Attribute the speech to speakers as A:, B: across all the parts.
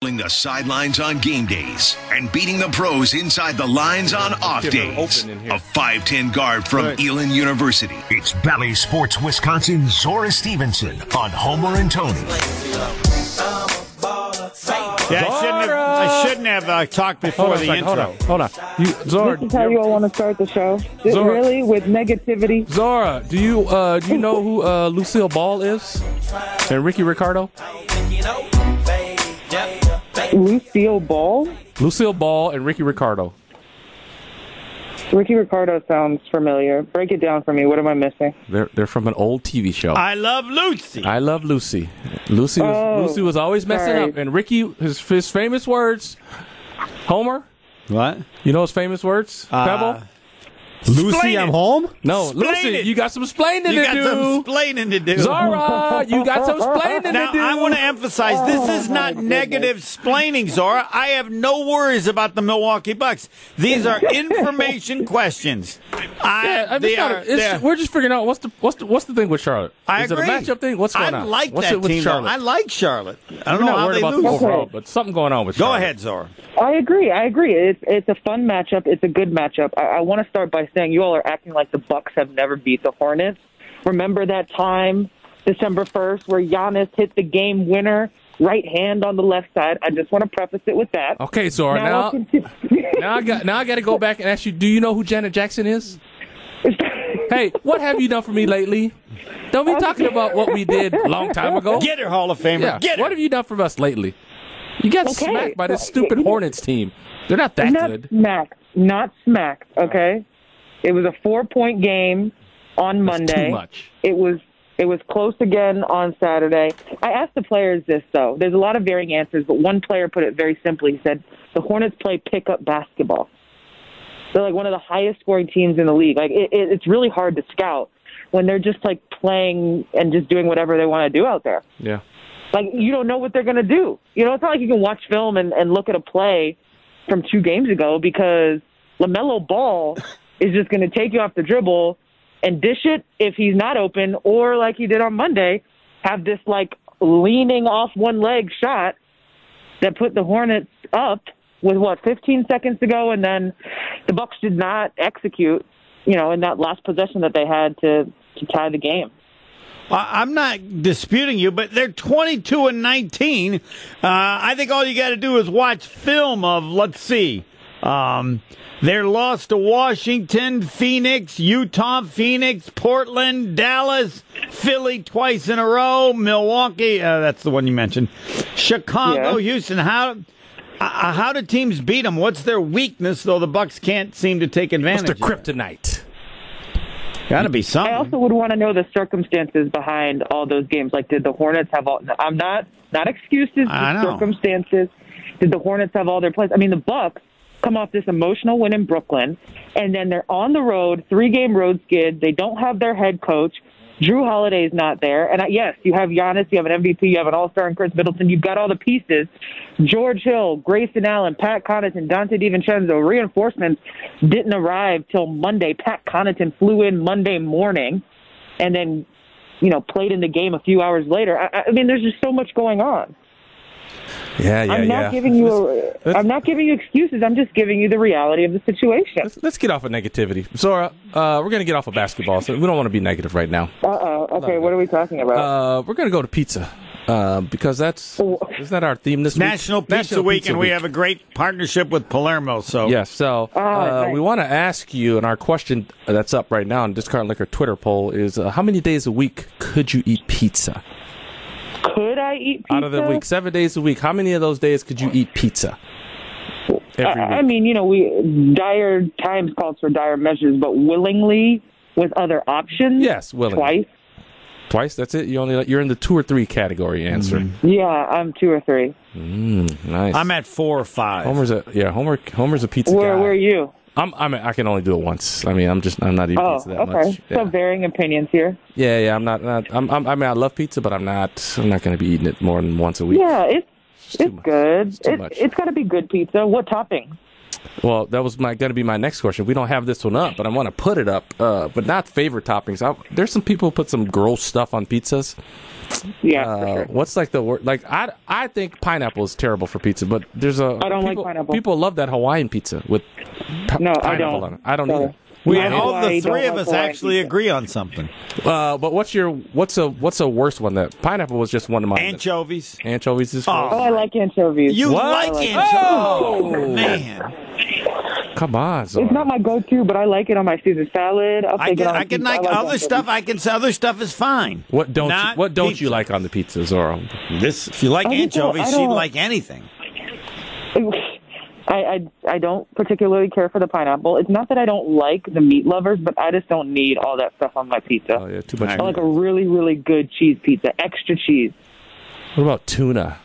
A: the sidelines on game days and beating the pros inside the lines on off
B: Give her
A: days.
B: open in here.
A: A 5'10 guard from
B: Right.
A: Elon University.
C: It's Valley Sports Wisconsin Zora Stevenson on Homer and Tony.
D: Yeah, I shouldn't have, I shouldn't have uh, talked
B: Hold
D: before
B: on, a
D: the
B: second,
D: intro.
B: hold on, hold on. You, Zora,
E: This is how you all want to start the show. Th-
B: Zora.
E: Really? With negativity?
B: Zora, do you uh, do you know who uh, Lucille Ball is? And Ricky Ricardo,
E: Lucille Ball?
B: Lucille Ball and Ricky Ricardo.
E: Ricky Ricardo sounds familiar. Break it down for me. What am I missing?
B: They're they're from an old TV show. I,
D: I love Lucy.
B: love Lucy. Lucy was,
E: Oh,
B: Lucy was always messing
E: sorry.
B: up, and Ricky his his famous words. Homer,
F: What?
B: you know his famous words.
D: Uh,
B: Pebble,
F: Lucy,
D: Explain
F: I'm
D: it.
F: home?
B: no,
D: explain
B: Lucy,
D: it.
B: you got some explaining
D: You
B: to
D: got
B: do.
D: some explaining to do.
B: Zara, you got some explaining
D: Now,
B: to do. Oh
D: I want to emphasize this is not negative splaining, Zora. I have no worries about the Milwaukee Bucks. These are information questions. I,
B: Yeah, I'm
D: they
B: just trying
D: are-
B: to- it's-
D: they're-
B: we're just figuring out what's the what's the what's the thing with Charlotte.
D: I
B: Is it
D: agree.
B: a matchup thing? What's going
D: I
B: on?
D: like
B: what's
D: that
B: it with
D: team. though.
B: Charlotte?
D: I like Charlotte. I don't
B: We're
D: know
B: not
D: how
B: worried
D: they
B: about
D: lose.
B: them overall,
E: Okay.
B: but something going on with
D: Go
B: Charlotte.
D: ahead, Zora.
E: I agree. I agree. It's, it's a fun matchup. It's a good matchup. I, I want to start by saying you all are acting like the Bucks have never beat the Hornets. Remember that time, December 1st, where Giannis hit the game winner right hand on the left side? I just want to preface it with that.
B: Okay, Zora.
E: Now
B: Now,
E: I'll continue.
B: now I got now I got to go back and ask you. Do you know who Janet Jackson is? Hey, what have you done for me lately? Don't be talking about what we did a long time ago.
D: Get her, Hall of Famer.
B: Oh. yeah.
D: Get her.
B: What have you done for us lately? You got
E: Okay.
B: smacked by this stupid Hornets team. They're not that
E: not
B: good.
E: smacked. Not smacked. Okay. It was a four-point game on
B: That's
E: Monday.
B: too much.
E: It was it was close again on Saturday. I asked the players this though. There's a lot of varying answers, but one player put it very simply. He said the Hornets play pickup basketball. They're like one of the highest scoring teams in the league. Like it, it, it's really hard to scout when they're just like playing and just doing whatever they want to do out there
B: Yeah.
E: like you don't know what they're going to do. You know, it's not like you can watch film and, and look at a play from two games ago because LaMelo Ball is just going to take you off the dribble and dish it if he's not open or like he did on Monday, have this like leaning off one leg shot that put the Hornets up with what 15 seconds to go and then the Bucks did not execute, you know, in that last possession that they had to to tie the game.
D: I- I'm not disputing you, but they're 22 and 19. Uh, I think all you got to do is watch film of, let's see, um, their loss to Washington, Phoenix, Utah, Phoenix, Portland, Dallas, Philly twice in a row, Milwaukee, uh, that's the one you mentioned, Chicago,
E: Yeah.
D: Houston. How. Uh, how do teams beat them? What's their weakness? Though the Bucks can't seem to take advantage.
B: What's the
D: of it?
B: kryptonite?
D: Got to be
E: I
D: something.
E: also would want to know the circumstances behind all those games. Like, did the Hornets have all? I'm not not excuses,
D: I
E: just
D: know.
E: circumstances. Did the Hornets have all their plays? I mean, the Bucks come off this emotional win in Brooklyn, and then they're on the road, three game road skid. They don't have their head coach. Drew Holiday's not there, and I, yes, you have Giannis, you have an MVP, you have an All Star, and Chris Middleton. You've got all the pieces. George Hill, Grayson Allen, Pat Connaughton, Dante DiVincenzo. Reinforcements didn't arrive till Monday. Pat Connaughton flew in Monday morning and then you know played in the game a few hours later. I, I mean, there's just so much going on.
B: Yeah, yeah,
E: I'm not giving you a, I'm not giving you excuses. I'm just giving you the reality of the situation.
B: Let's, let's get off of negativity. Zora, uh, we're going to get off of basketball, so we don't want to be negative right now.
E: Uh oh. Okay, what are we talking about?
B: Uh, we're going to go to pizza uh, because that's
E: Oh.
B: isn't that our theme this
D: National
B: week?
D: Pizza Week, and we have a great partnership with Palermo. So
B: Yes, so uh,
E: nice.
B: we want to ask you, and our question that's up right now on Discard Liquor Twitter poll is: uh, How many days a week could you eat pizza?
E: Could I eat pizza?
B: Uh, Out of the week, seven days a week, how many of those days could you eat pizza?
E: I,
B: Every
E: Uh, I
B: week.
E: mean, you know, we dire times calls for dire measures, but willingly with other options.
B: Yes, willingly.
E: Twice.
B: Twice. That's it. You only you're in the two or three category answer.
E: Yeah, I'm two or three.
B: Nice.
D: Mm-hmm. I'm at four or five.
B: Homer's a yeah. Homer Homer's a pizza
E: Where
B: guy.
E: were you?
B: I'm, I'm I can only do it once. I mean, I'm just I'm not eating
E: Oh,
B: pizza that much.
E: okay.
B: Yeah.
E: So varying opinions here.
B: yeah, yeah, I'm not. not I'm, I'm, I mean, I love pizza, but I'm not. I'm not going to be eating it more than once a week.
E: Yeah, it's
B: too
E: it's
B: much.
E: good.
B: It's too
E: It-
B: much.
E: it's got to be good pizza. What toppings?
B: Well, that was my going to be my next question. We don't have this one up, but I want to put it up. Uh, but not favorite toppings. I, there's some people who put some gross stuff on pizzas.
E: Yeah.
B: Uh, What's like the word? Like I, I think pineapple is terrible for pizza, but there's a
E: I don't like
B: people,
E: pineapple.
B: People love that Hawaiian pizza with pi-
E: No, I
B: pineapple
E: don't.
B: on it. I don't
E: No.
B: either.
D: We
E: I
D: all
E: don't
D: the three
E: like
D: of us
E: Hawaiian
D: actually
E: pizza.
D: agree on something.
B: Uh, but what's your what's a what's a worse one? That pineapple was just one of mine.
D: Anchovies.
B: Anchovies is
D: Oh.
E: Oh, I like anchovies.
D: You
E: I
D: like anchovies?
B: Oh!
D: man!
B: Come on, Zara.
E: It's not my go-to, but I like it on my Caesar salad. I'll
D: I
E: take it
D: can
E: on
D: I can
E: pizza.
D: like
E: I
D: other
E: anchovies.
D: stuff. I can say other stuff is fine.
B: what don't you,
D: Not
B: what don't you
D: pizza.
B: like on the pizza, Zoro?
D: This, if you like
E: I don't-
D: anchovies,
E: I
D: she'd
E: don't-
D: like anything.
E: I, I I don't particularly care for the pineapple. It's not that I don't like the meat lovers, but I just don't need all that stuff on my pizza.
B: Oh yeah, too much.
E: I like a really really good cheese pizza, extra cheese.
B: What about tuna?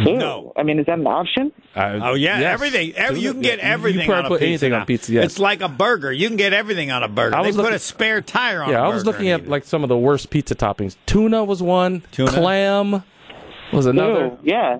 E: Ew.
D: No.
E: I mean is that an option?
B: Uh,
D: Oh yeah,
B: yes.
D: everything. Every, you can
B: Yeah,
D: get everything.
B: You, you probably
D: on a
B: put
D: pizza
B: anything
D: now.
B: on pizza. Yeah.
D: It's like a burger. You can get everything on a burger.
B: I
D: They
B: was
D: put
B: looking-
D: a spare tire on.
B: yeah,
D: a
B: I was
D: burger
B: looking
D: and
B: at
D: eat it.
B: like some of the worst pizza toppings. Tuna was one.
D: Tuna.
B: Clam was another.
E: Ew, yeah.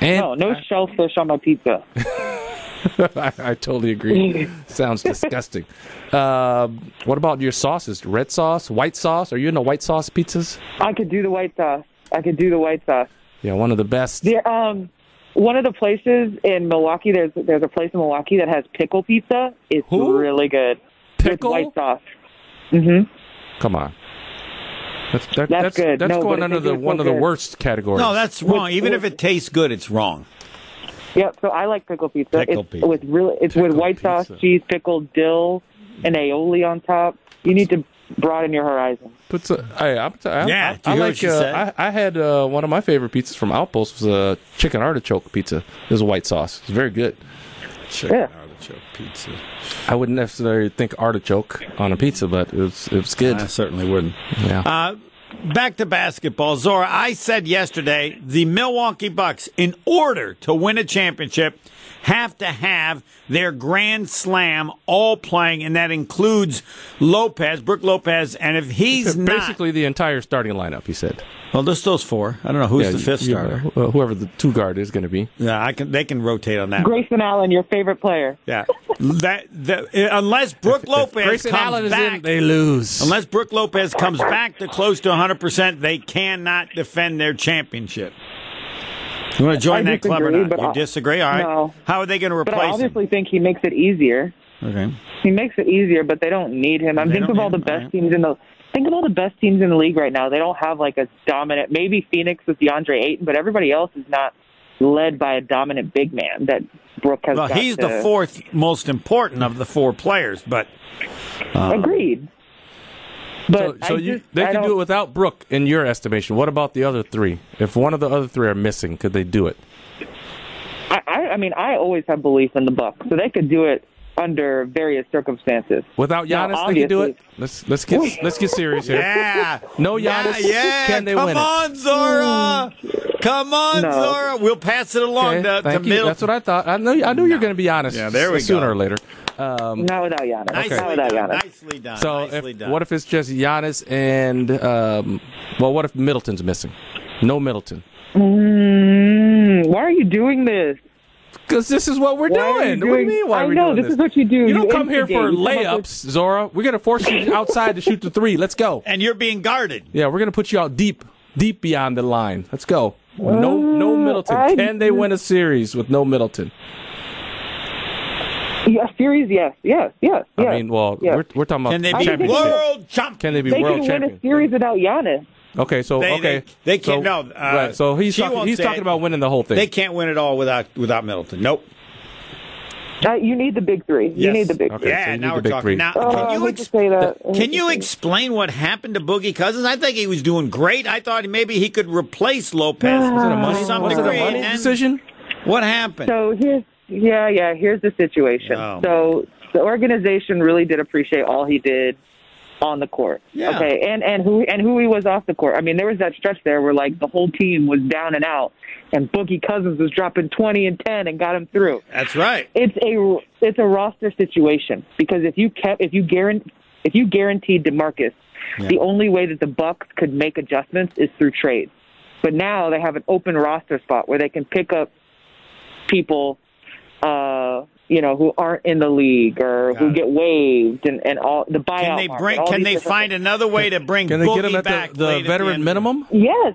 B: And
E: No, no shellfish on my pizza.
B: I, I totally agree. Sounds disgusting. Um, what about your sauces? Red sauce, white sauce? Are you into white sauce pizzas?
E: I could do the white sauce. I could do the white sauce.
B: Yeah, one of the best.
E: There, um, one of the places in Milwaukee, there's there's a place in Milwaukee that has pickle pizza. It's
B: Who?
E: really good
B: Pickle?
E: with white sauce.
B: Come on. That's that, that's,
E: That's good.
B: that's
E: No, but
B: going
E: I
B: under
E: think
B: the
E: it's so
B: one of the
E: good.
B: worst categories.
D: No, that's wrong. Even if it tastes good, it's wrong.
E: Yep. So I like pickle pizza.
D: Pickle
E: it's
D: pizza.
E: with really it's with
B: Pickle
E: white sauce,
B: pizza.
E: cheese, pickled dill, and aioli on top. You need to broaden your horizon.
B: Puts a, hey, I'm, t- I,
D: Yeah,
B: I-
D: did
B: I
D: you hear
B: like.
D: what she
B: uh,
D: said?
B: I, I had uh, one of my favorite pizzas from Outpost was a chicken artichoke pizza. It was a white sauce. It was very good.
D: Chicken
E: Yeah.
D: artichoke pizza.
B: I wouldn't necessarily think artichoke on a pizza, but it was it was good.
D: I certainly wouldn't.
B: Yeah.
D: Uh, back to basketball, Zora. I said yesterday the Milwaukee Bucks, in order to win a championship, have to have their grand slam all playing, and that includes Lopez, Brooke Lopez, and if he's not,
B: Basically, the entire starting lineup. He said.
D: well, just those four. I don't know who's
B: Yeah,
D: the fifth
B: you-
D: starter.
B: uh, whoever the two guard is going to be.
D: Yeah, I can. They can rotate on that.
E: Grayson Allen, your favorite player.
D: Yeah, that, that unless Brooke Lopez
B: Grayson
D: comes
B: Allen is
D: back,
B: in. They lose.
D: Unless Brooke Lopez comes back to close to 100%, they cannot defend their championship. You want to join
E: I
D: that club or
E: disagree,
D: not?
E: but
D: you
E: I-
D: disagree? All right.
E: No.
D: How are they going to
E: But I
D: replace
E: obviously think he makes it easier.
D: him? Okay.
E: He makes it easier, but they don't need him. I
D: They
E: mean, think
D: don't
E: of all
D: need
E: the
D: him,
E: best
D: right.
E: teams in the think of all the best teams in the league right now. They don't have like a dominant. Maybe Phoenix with DeAndre Ayton, but everybody else is not led by a dominant big man that Brooke has.
D: Well,
E: got
D: he's
E: to,
D: the fourth most important of the four players, but
E: Uh, Agreed. But
B: so, so
E: I
B: you,
E: just-
B: they
E: I
B: can
E: don't-
B: do it without Brooke, in your estimation. What about the other three? If one of the other three are missing, could they do it?
E: I, I, I mean, I always have belief in the Bucks, so they could do it under various circumstances.
B: Without
E: Now,
B: Giannis, they can do it.
E: obviously-
B: Let's let's get let's get serious here.
D: yeah.
B: No
D: Yeah,
B: Giannis.
D: yeah.
B: Can they
D: Come
B: win it?
D: on, Zora. Come on,
E: No.
D: Zora. We'll pass it along
B: Okay,
D: to, to
B: thank you.
D: Middleton.
B: That's what I thought. I know. I knew you were going to be honest.
D: Yeah, there we go.
B: Sooner or later.
E: Not without Giannis.
D: Nicely,
E: Not without
D: done.
E: Giannis.
D: Nicely done.
B: So,
D: Nicely
B: if,
D: done.
B: what if it's just Giannis and um, well, what if Middleton's missing? No Middleton.
E: Mm, why are you doing this?
B: Because this is what we're
E: Why are you
B: doing. What do you
E: doing-
B: mean? Why
E: I
B: are we
E: know,
B: doing
E: this is what you do.
B: You don't
E: You
B: come here for
E: instigate. You come up with-
B: layups, Zora. We're gonna force you outside to shoot the three. Let's go.
D: and you're being guarded.
B: Yeah, we're gonna put you out deep, deep beyond the line. Let's go. No, no
E: Uh,
B: Middleton.
E: I-
B: Can they win a series with no Middleton?
E: Yeah, series, yes, yes, yes. yes,
B: I mean, well,
E: yes.
B: we're, we're talking about
D: Can they
E: I
D: be
E: think they-
B: championship.
D: world champions?
B: Can they be
E: they
B: world
E: can win a
B: champions?
E: series without Giannis.
B: Okay, so
D: They-
B: okay,
D: they- they can't-
B: So,
D: no, uh,
B: right, so he's
D: she
B: talking,
D: won't
B: he's
D: say
B: talking
D: it.
B: about winning the whole thing.
D: They can't win it all without without Middleton. Nope.
E: Uh, you need the big three. You
D: Yes.
E: need the big
B: Okay.
E: three.
D: yeah,
B: so you need
D: now
B: the
D: we're
B: big
D: talking.
B: three.
D: Now,
E: Oh,
D: can
E: I
D: you
E: hate to
D: ex-
E: say that. I hate
D: can
E: to
D: you
E: say
D: explain what happened to Boogie Cousins? I think he was doing great. I thought maybe he could replace Lopez.
E: Was it a money-
D: to some
B: was it a
D: degree,
B: money
D: and
B: decision?
D: What happened?
E: So here's yeah, yeah. Here's the situation.
D: Oh.
E: So the organization really did appreciate all he did on the court.
D: Yeah.
E: Okay, and and who and who he was off the court. I mean, there was that stretch there where like the whole team was down and out, and Boogie Cousins was dropping twenty and ten and got him through.
D: That's right.
E: It's a it's a roster situation because if you kept if you guarant if you guaranteed DeMarcus, the only way that the Bucks could make adjustments is through trades. But now they have an open roster spot where they can pick up people uh, you know, who aren't in the league or who get waived and, and all the buyout.
D: Can they
E: market,
D: bring?
E: all
D: Can
E: these
D: they
E: different
D: find another way to bring
B: Can they
D: Boogie
B: get him at
D: back
B: the, the
D: late at
B: veteran
D: end?
B: minimum?
E: Yes.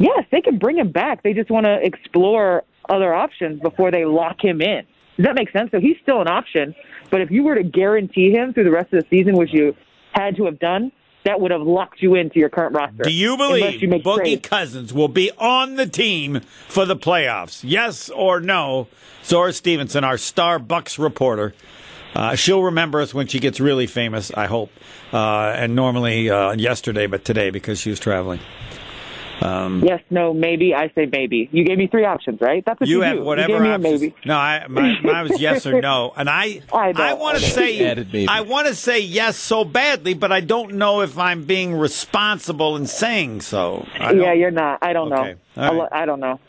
E: Yes, they can bring him back. They just want to explore other options before they lock him in. Does that make sense? So he's still an option, but if you were to guarantee him through the rest of the season, which you had to have done, that would have locked you into your current roster.
D: Do you
E: Unless
D: believe
E: you make
D: Boogie
E: trades.
D: Cousins will be on the team for the playoffs? Yes or no? Zora Stevenson, our star Bucks reporter. Uh, she'll remember us when she gets really famous, I hope. Uh, and normally uh, yesterday, but today because she was traveling.
E: Yes, no, maybe. I say maybe. You gave me three options, right? That's what you,
D: You have
E: do.
D: whatever
E: you gave me a
D: options.
E: maybe.
D: No, I, my, mine was yes or no, and I
E: I know.
D: I want to say
F: Added maybe.
D: I want to say yes so badly, but I don't know if I'm being responsible in saying so. I
E: Yeah,
D: don't-
E: you're not. I don't
D: Okay.
E: know.
D: All right.
E: I lo- I don't know.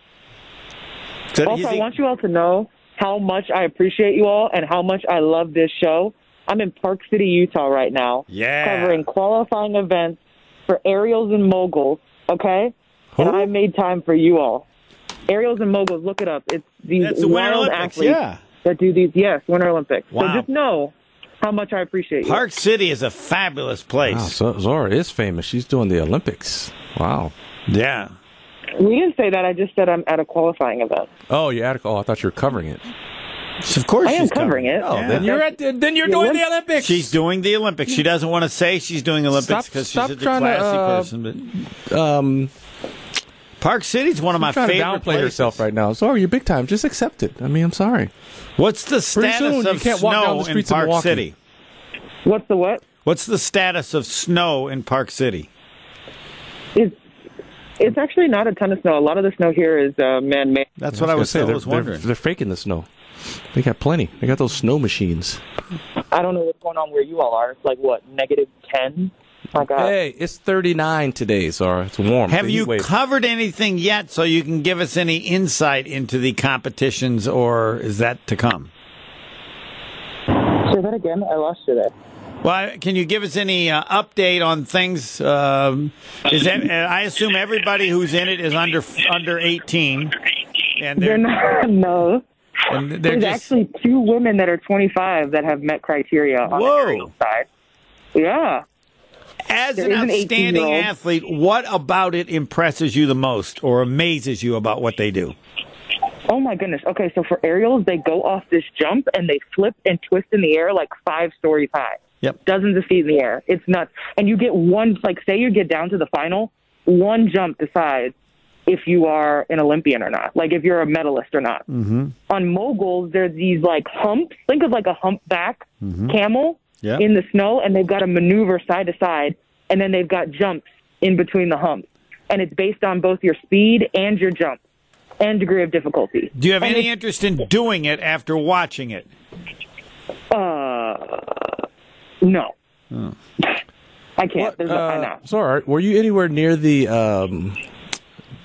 D: Is that
E: Also, I
D: easy?
E: want you all to know how much I appreciate you all and how much I love this show. I'm in Park City, Utah right now.
D: Yeah.
E: Covering qualifying events for aerials and moguls, okay? And I made time for you all. Aerials and moguls, look it up. It's these
D: That's the Winter
E: wild
D: Olympics,
E: athletes
F: yeah.
E: that do these, yes, Winter Olympics.
D: Wow.
E: So just know how much I appreciate you.
D: Park City is a fabulous place.
F: Wow, so Zora is famous. She's doing the Olympics. Wow.
D: Yeah.
E: We didn't say that. I just said I'm at a qualifying event.
F: Oh, you're at. Oh, I thought you were covering it.
D: of course
E: I am covering it.
F: Oh, then you're at. The, then you're doing the Olympics.
D: She's doing the Olympics. She doesn't want to say she's doing Olympics
F: Stop-
D: because she's
F: stop
D: a
F: trying
D: classy
F: to, uh,
D: person.
F: um
D: But Park City's one of my
F: trying to
D: favorite
F: downplay
D: places.
F: herself right now. Zora, you're big time. Just accept it. I mean, I'm sorry.
D: What's the
F: Pretty
D: status
F: soon you
D: of
F: can't
D: snow
F: walk down the
D: in
F: streets of
D: Park
F: Milwaukee.
D: City?
E: What's the what?
D: What's the status of snow in Park City?
E: It's, it's actually not a ton of snow. A lot of the snow here is uh, man-made.
D: That's what I was,
F: gonna
D: I
F: they're-
D: was
F: they're-
D: wondering.
F: They're, faking the snow. They got plenty. They got those snow machines.
E: I don't know what's going on where you all are. It's like what negative ten. My God.
F: Hey, it's 39 today, Zara. It's warm.
D: Have
F: The heat
D: you
F: wave.
D: covered anything yet so you can give us any insight into the competitions, or is that to come?
E: Say that again. I lost you there.
D: Well, can you give us any uh, update on things? Um, is that, uh, I assume everybody who's in it is under under eighteen, and
E: They're
D: they're,
E: not. No.
D: and they're
E: There's
D: just
E: actually two women that are 25 that have met criteria on
D: Whoa.
E: the aerial side. Yeah.
D: as
E: there
D: an
E: is an
D: outstanding
E: 18-year-old.
D: athlete. What about it impresses you the most, or amazes you about what they do?
E: Oh my goodness. Okay, so for aerials, they go off this jump and they flip and twist in the air like five stories high.
D: Yep.
E: Dozens of feet in the air. It's nuts. And you get one, like, say you get down to the final, one jump decides if you are an Olympian or not, like if you're a medalist or not. Mm-hmm. On moguls, there's these like humps. Think of like a humpback camel
D: Yeah.
E: in the snow, and they've got to maneuver side to side, and then they've got jumps in between the humps. And it's based on both your speed and your jump and degree of difficulty.
D: Do you have
E: And
D: any interest in doing it after watching it?
E: Uh, no. I can't.
F: What,
E: There's no, I
F: uh,
E: know.
F: Zora, were you anywhere near the um,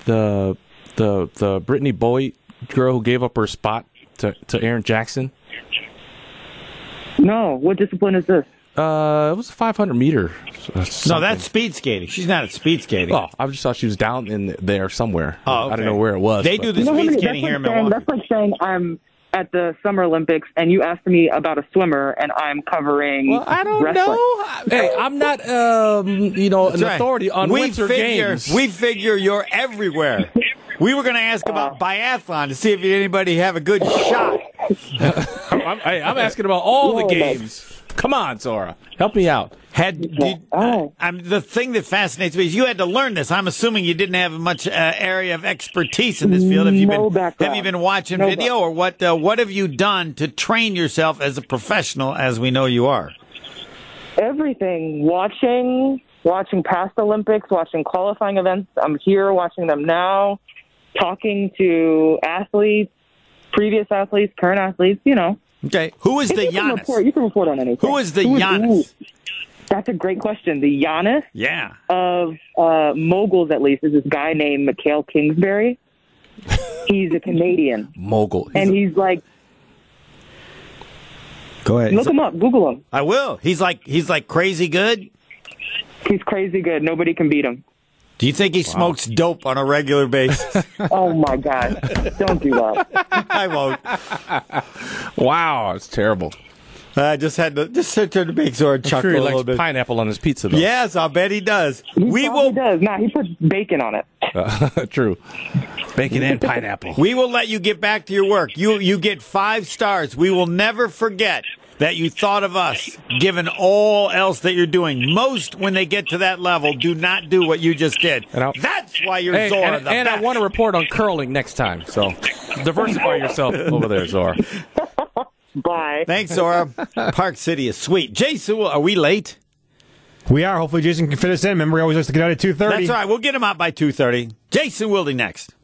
F: the the the Brittany Boyd girl who gave up her spot to, to Aaron Jackson?
E: No. What discipline is this?
F: Uh, it was 500 meter. or
D: No,
F: something.
D: that's speed skating. She's not at speed skating.
F: Oh, I just thought she was down in there somewhere.
D: Oh,
F: I
D: okay.
F: don't know where it was.
D: They
F: but-
D: do the
E: You know how
D: speed
E: many-
D: skating here in
E: that's like saying-
D: Milwaukee.
E: That's like saying I'm at the Summer Olympics and you asked me about a swimmer and I'm covering.
F: Well, I don't
E: wrestling.
F: know. Hey, I'm not, um, you know, an
D: That's right.
F: authority on
D: we
F: winter
D: figure,
F: games.
D: We figure you're everywhere. We were going to ask
E: Oh.
D: about biathlon to see if anybody have a good shot.
F: I'm, I'm- hey, I'm asking about all the
E: Whoa.
F: games. Come on, Zora, help me out.
D: Had did, uh,
E: Oh.
D: I'm, the thing that fascinates me is you had to learn this. I'm assuming you didn't have much uh, area of expertise in this field. Have you
E: No
D: been
E: background.
D: have you been watching
E: No
D: video or what? Uh, what have you done to train yourself as a professional, as we know you are?
E: everything watching watching past olympics watching qualifying events i'm here watching them now talking to athletes previous athletes current athletes you know
D: Okay, who is the
E: you can, report,
D: Giannis?
E: you can report on anything
D: Who is the
E: ooh,
D: Giannis?
E: that's a great question the Giannis
D: Yeah,
E: of uh, moguls at least is this guy named Mikhail Kingsbury he's a Canadian
F: Mogul.
E: and he's like
D: go ahead.
E: look him up google him
D: I will. He's like he's like crazy good.
E: he's crazy good nobody can beat him
D: Do you think he smokes dope on a regular basis?
E: Oh my God! Don't do that.
D: I won't.
B: Wow, it's terrible.
D: I just had to just had to make Zora
B: I'm
D: chuckle
B: sure he
D: a little
B: likes
D: bit.
B: pineapple on his pizza, though.
D: Yes, I'll bet he does.
E: He
D: we
E: probably
D: will
E: does. Nah, he puts bacon on it.
B: True. Bacon and pineapple.
D: We will let you get back to your work. You you get five stars. We will never forget that you thought of us, given all else that you're doing. Most, when they get to that level, do not do what you just did.
B: And I'll-
D: That's why you're
B: Hey,
D: Zora.
B: and,
D: the
B: and I
D: best.
B: want to report on curling next time. So diversify yourself over there, Zora.
E: Bye.
D: Thanks, Zora. Park City is sweet. Jason, are we late?
G: We are. Hopefully, Jason can fit us in. Remember, he always likes to get out at two thirty.
D: That's all right. We'll get him out by two thirty. Jason Wilding next.